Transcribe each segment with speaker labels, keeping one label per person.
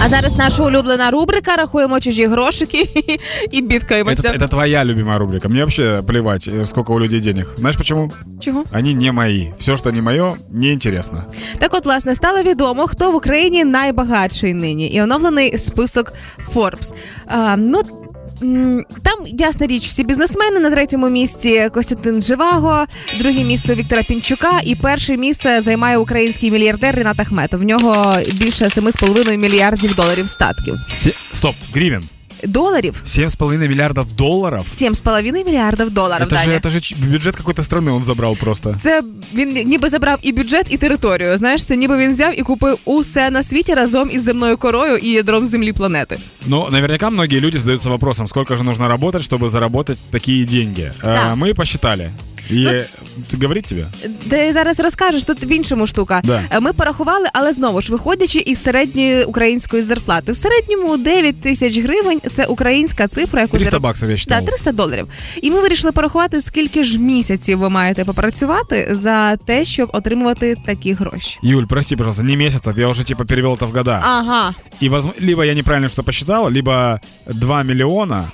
Speaker 1: А зараз наша улюблена рубрика рахуємо чужі грошики і бідкаємося.
Speaker 2: Это, это твоя любимая рубрика. Мне вообще плевать, э, сколько у людей денег. Знаешь почему?
Speaker 1: Чого?
Speaker 2: Они не мои. Все, что не мое, неинтересно.
Speaker 1: Так от, власне, стало відомо, хто в Україні найбагатший нині, і оновлений список Forbes. А, ну. м, Там ясна річ, всі бізнесмени на третьому місці Костянтин Живаго, друге місце у Віктора Пінчука, і перше місце займає український мільярдер Рінат Ахметов. В нього більше 7,5 мільярдів доларів статків.
Speaker 2: Се- Стоп, гривен.
Speaker 1: Доларів
Speaker 2: 7,5 миллиардов долларов?
Speaker 1: 7,5 мільярдів доларів.
Speaker 2: Это же,
Speaker 1: Даня.
Speaker 2: это же ч- бюджет какой-то страны он забрал просто.
Speaker 1: Це він ніби забрав і бюджет, і територію. Знаєш, це ніби він взяв і купив усе на світі разом із земною корою і ядром землі планети.
Speaker 2: Но наверняка многие люди задаются вопросом, сколько же нужно работать, чтобы заработать такие деньги. Э,
Speaker 1: Да.
Speaker 2: мы посчитали. И ты- говорит тебе?
Speaker 1: Ти зараз розкажеш, тут в іншому штука.
Speaker 2: Да.
Speaker 1: Е, Ми порахували, але знову ж виходячи із середньої української зарплати. В середньому 9 тисяч гривень це українська цифра, яку
Speaker 2: 300
Speaker 1: зароб-
Speaker 2: баксов, я
Speaker 1: Да,
Speaker 2: считал.
Speaker 1: 300 доларів. І ми вирішили порахувати, скільки ж місяців ви маєте попрацювати за те, щоб отримувати такі гроші.
Speaker 2: Юль, прости, пожалуйста, не месяцев, я уже типа перевел это в года.
Speaker 1: Ага,
Speaker 2: И возм- либо я неправильно что посчитал, либо 2 миллиона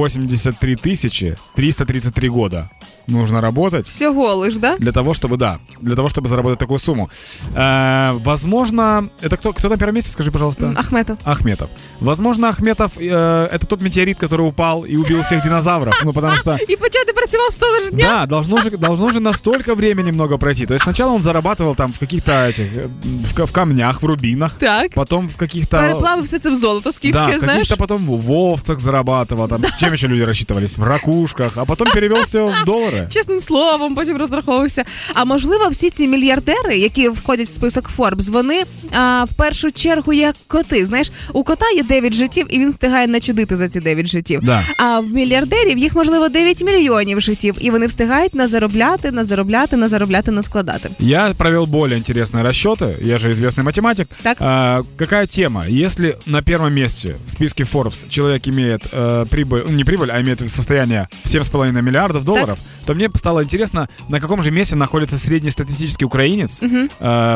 Speaker 2: 83 тысячи 333 года нужно работать.
Speaker 1: всього лиш, да?
Speaker 2: Для того, чтобы, да, для того, чтобы заработать такую сумму. Э, возможно, это кто, кто на первом месте, скажи, пожалуйста?
Speaker 1: Ахметов.
Speaker 2: Ахметов. Возможно, Ахметов э, это тот метеорит, который упал і убил всех динозавров. Ну, потому что
Speaker 1: І почати працював з того ж дня.
Speaker 2: да, должно же, должно же настолько времени много пройти. То есть сначала он зарабатывал там в каких-то этих, э, в, ка- в камнях, в рубинах,
Speaker 1: Так.
Speaker 2: потом в каких-то...
Speaker 1: Переплавив все це в золото скіфське,
Speaker 2: да, в
Speaker 1: знаєш?
Speaker 2: каких-то потом в овцах зарабатывал, там, чем еще люди рассчитывались, в ракушках, а потом перевел все в доллары.
Speaker 1: Чесним словом, потім розраховувався. А можливо, всі ці мільярдери, які входять в список Forbes, вони а, в першу чергу як коти. Знаєш, у кота є 9 життів, і він встигає начудити за ці 9 життів.
Speaker 2: Да.
Speaker 1: А в мільярдерів їх можливо 9 мільйонів життів, і вони встигають назаробляти, назаробляти, назаробляти, наскладати.
Speaker 2: Я провел более интересные расчеты. Я же известный математик.
Speaker 1: Так.
Speaker 2: А, какая тема? Если на первом месте в списке Forbes человек имеет э, прибыль, ну, не прибыль, а имеет состояние в 7,5 миллиардов долларов, то мне стало интересно, на каком же месте находится среднестатистический украинец э,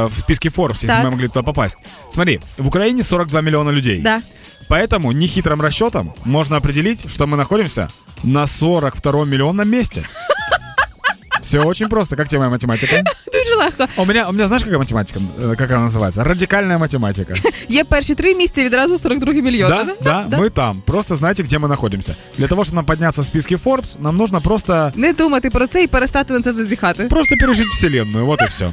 Speaker 2: в списке Forbes, если
Speaker 1: Так.
Speaker 2: мы могли туда попасть. Смотри, в Украине 42 миллиона людей.
Speaker 1: Да.
Speaker 2: Поэтому нехитрым расчетом можно определить, что мы находимся на 42 миллионном месте. Все очень просто. Как тебе моя математика?
Speaker 1: Дуже легко.
Speaker 2: У меня, у меня знаешь, какая математика, э, как она называется? Радикальная математика.
Speaker 1: Є перші три місця відразу 42 мільйони.
Speaker 2: Да, да, мы там. Просто знаете, где мы находимся. Для того, чтобы нам подняться в списке Forbes, нам нужно просто,
Speaker 1: Не думати про це і перестати на це зазіхати.
Speaker 2: просто пережить вселенную. Вот и все.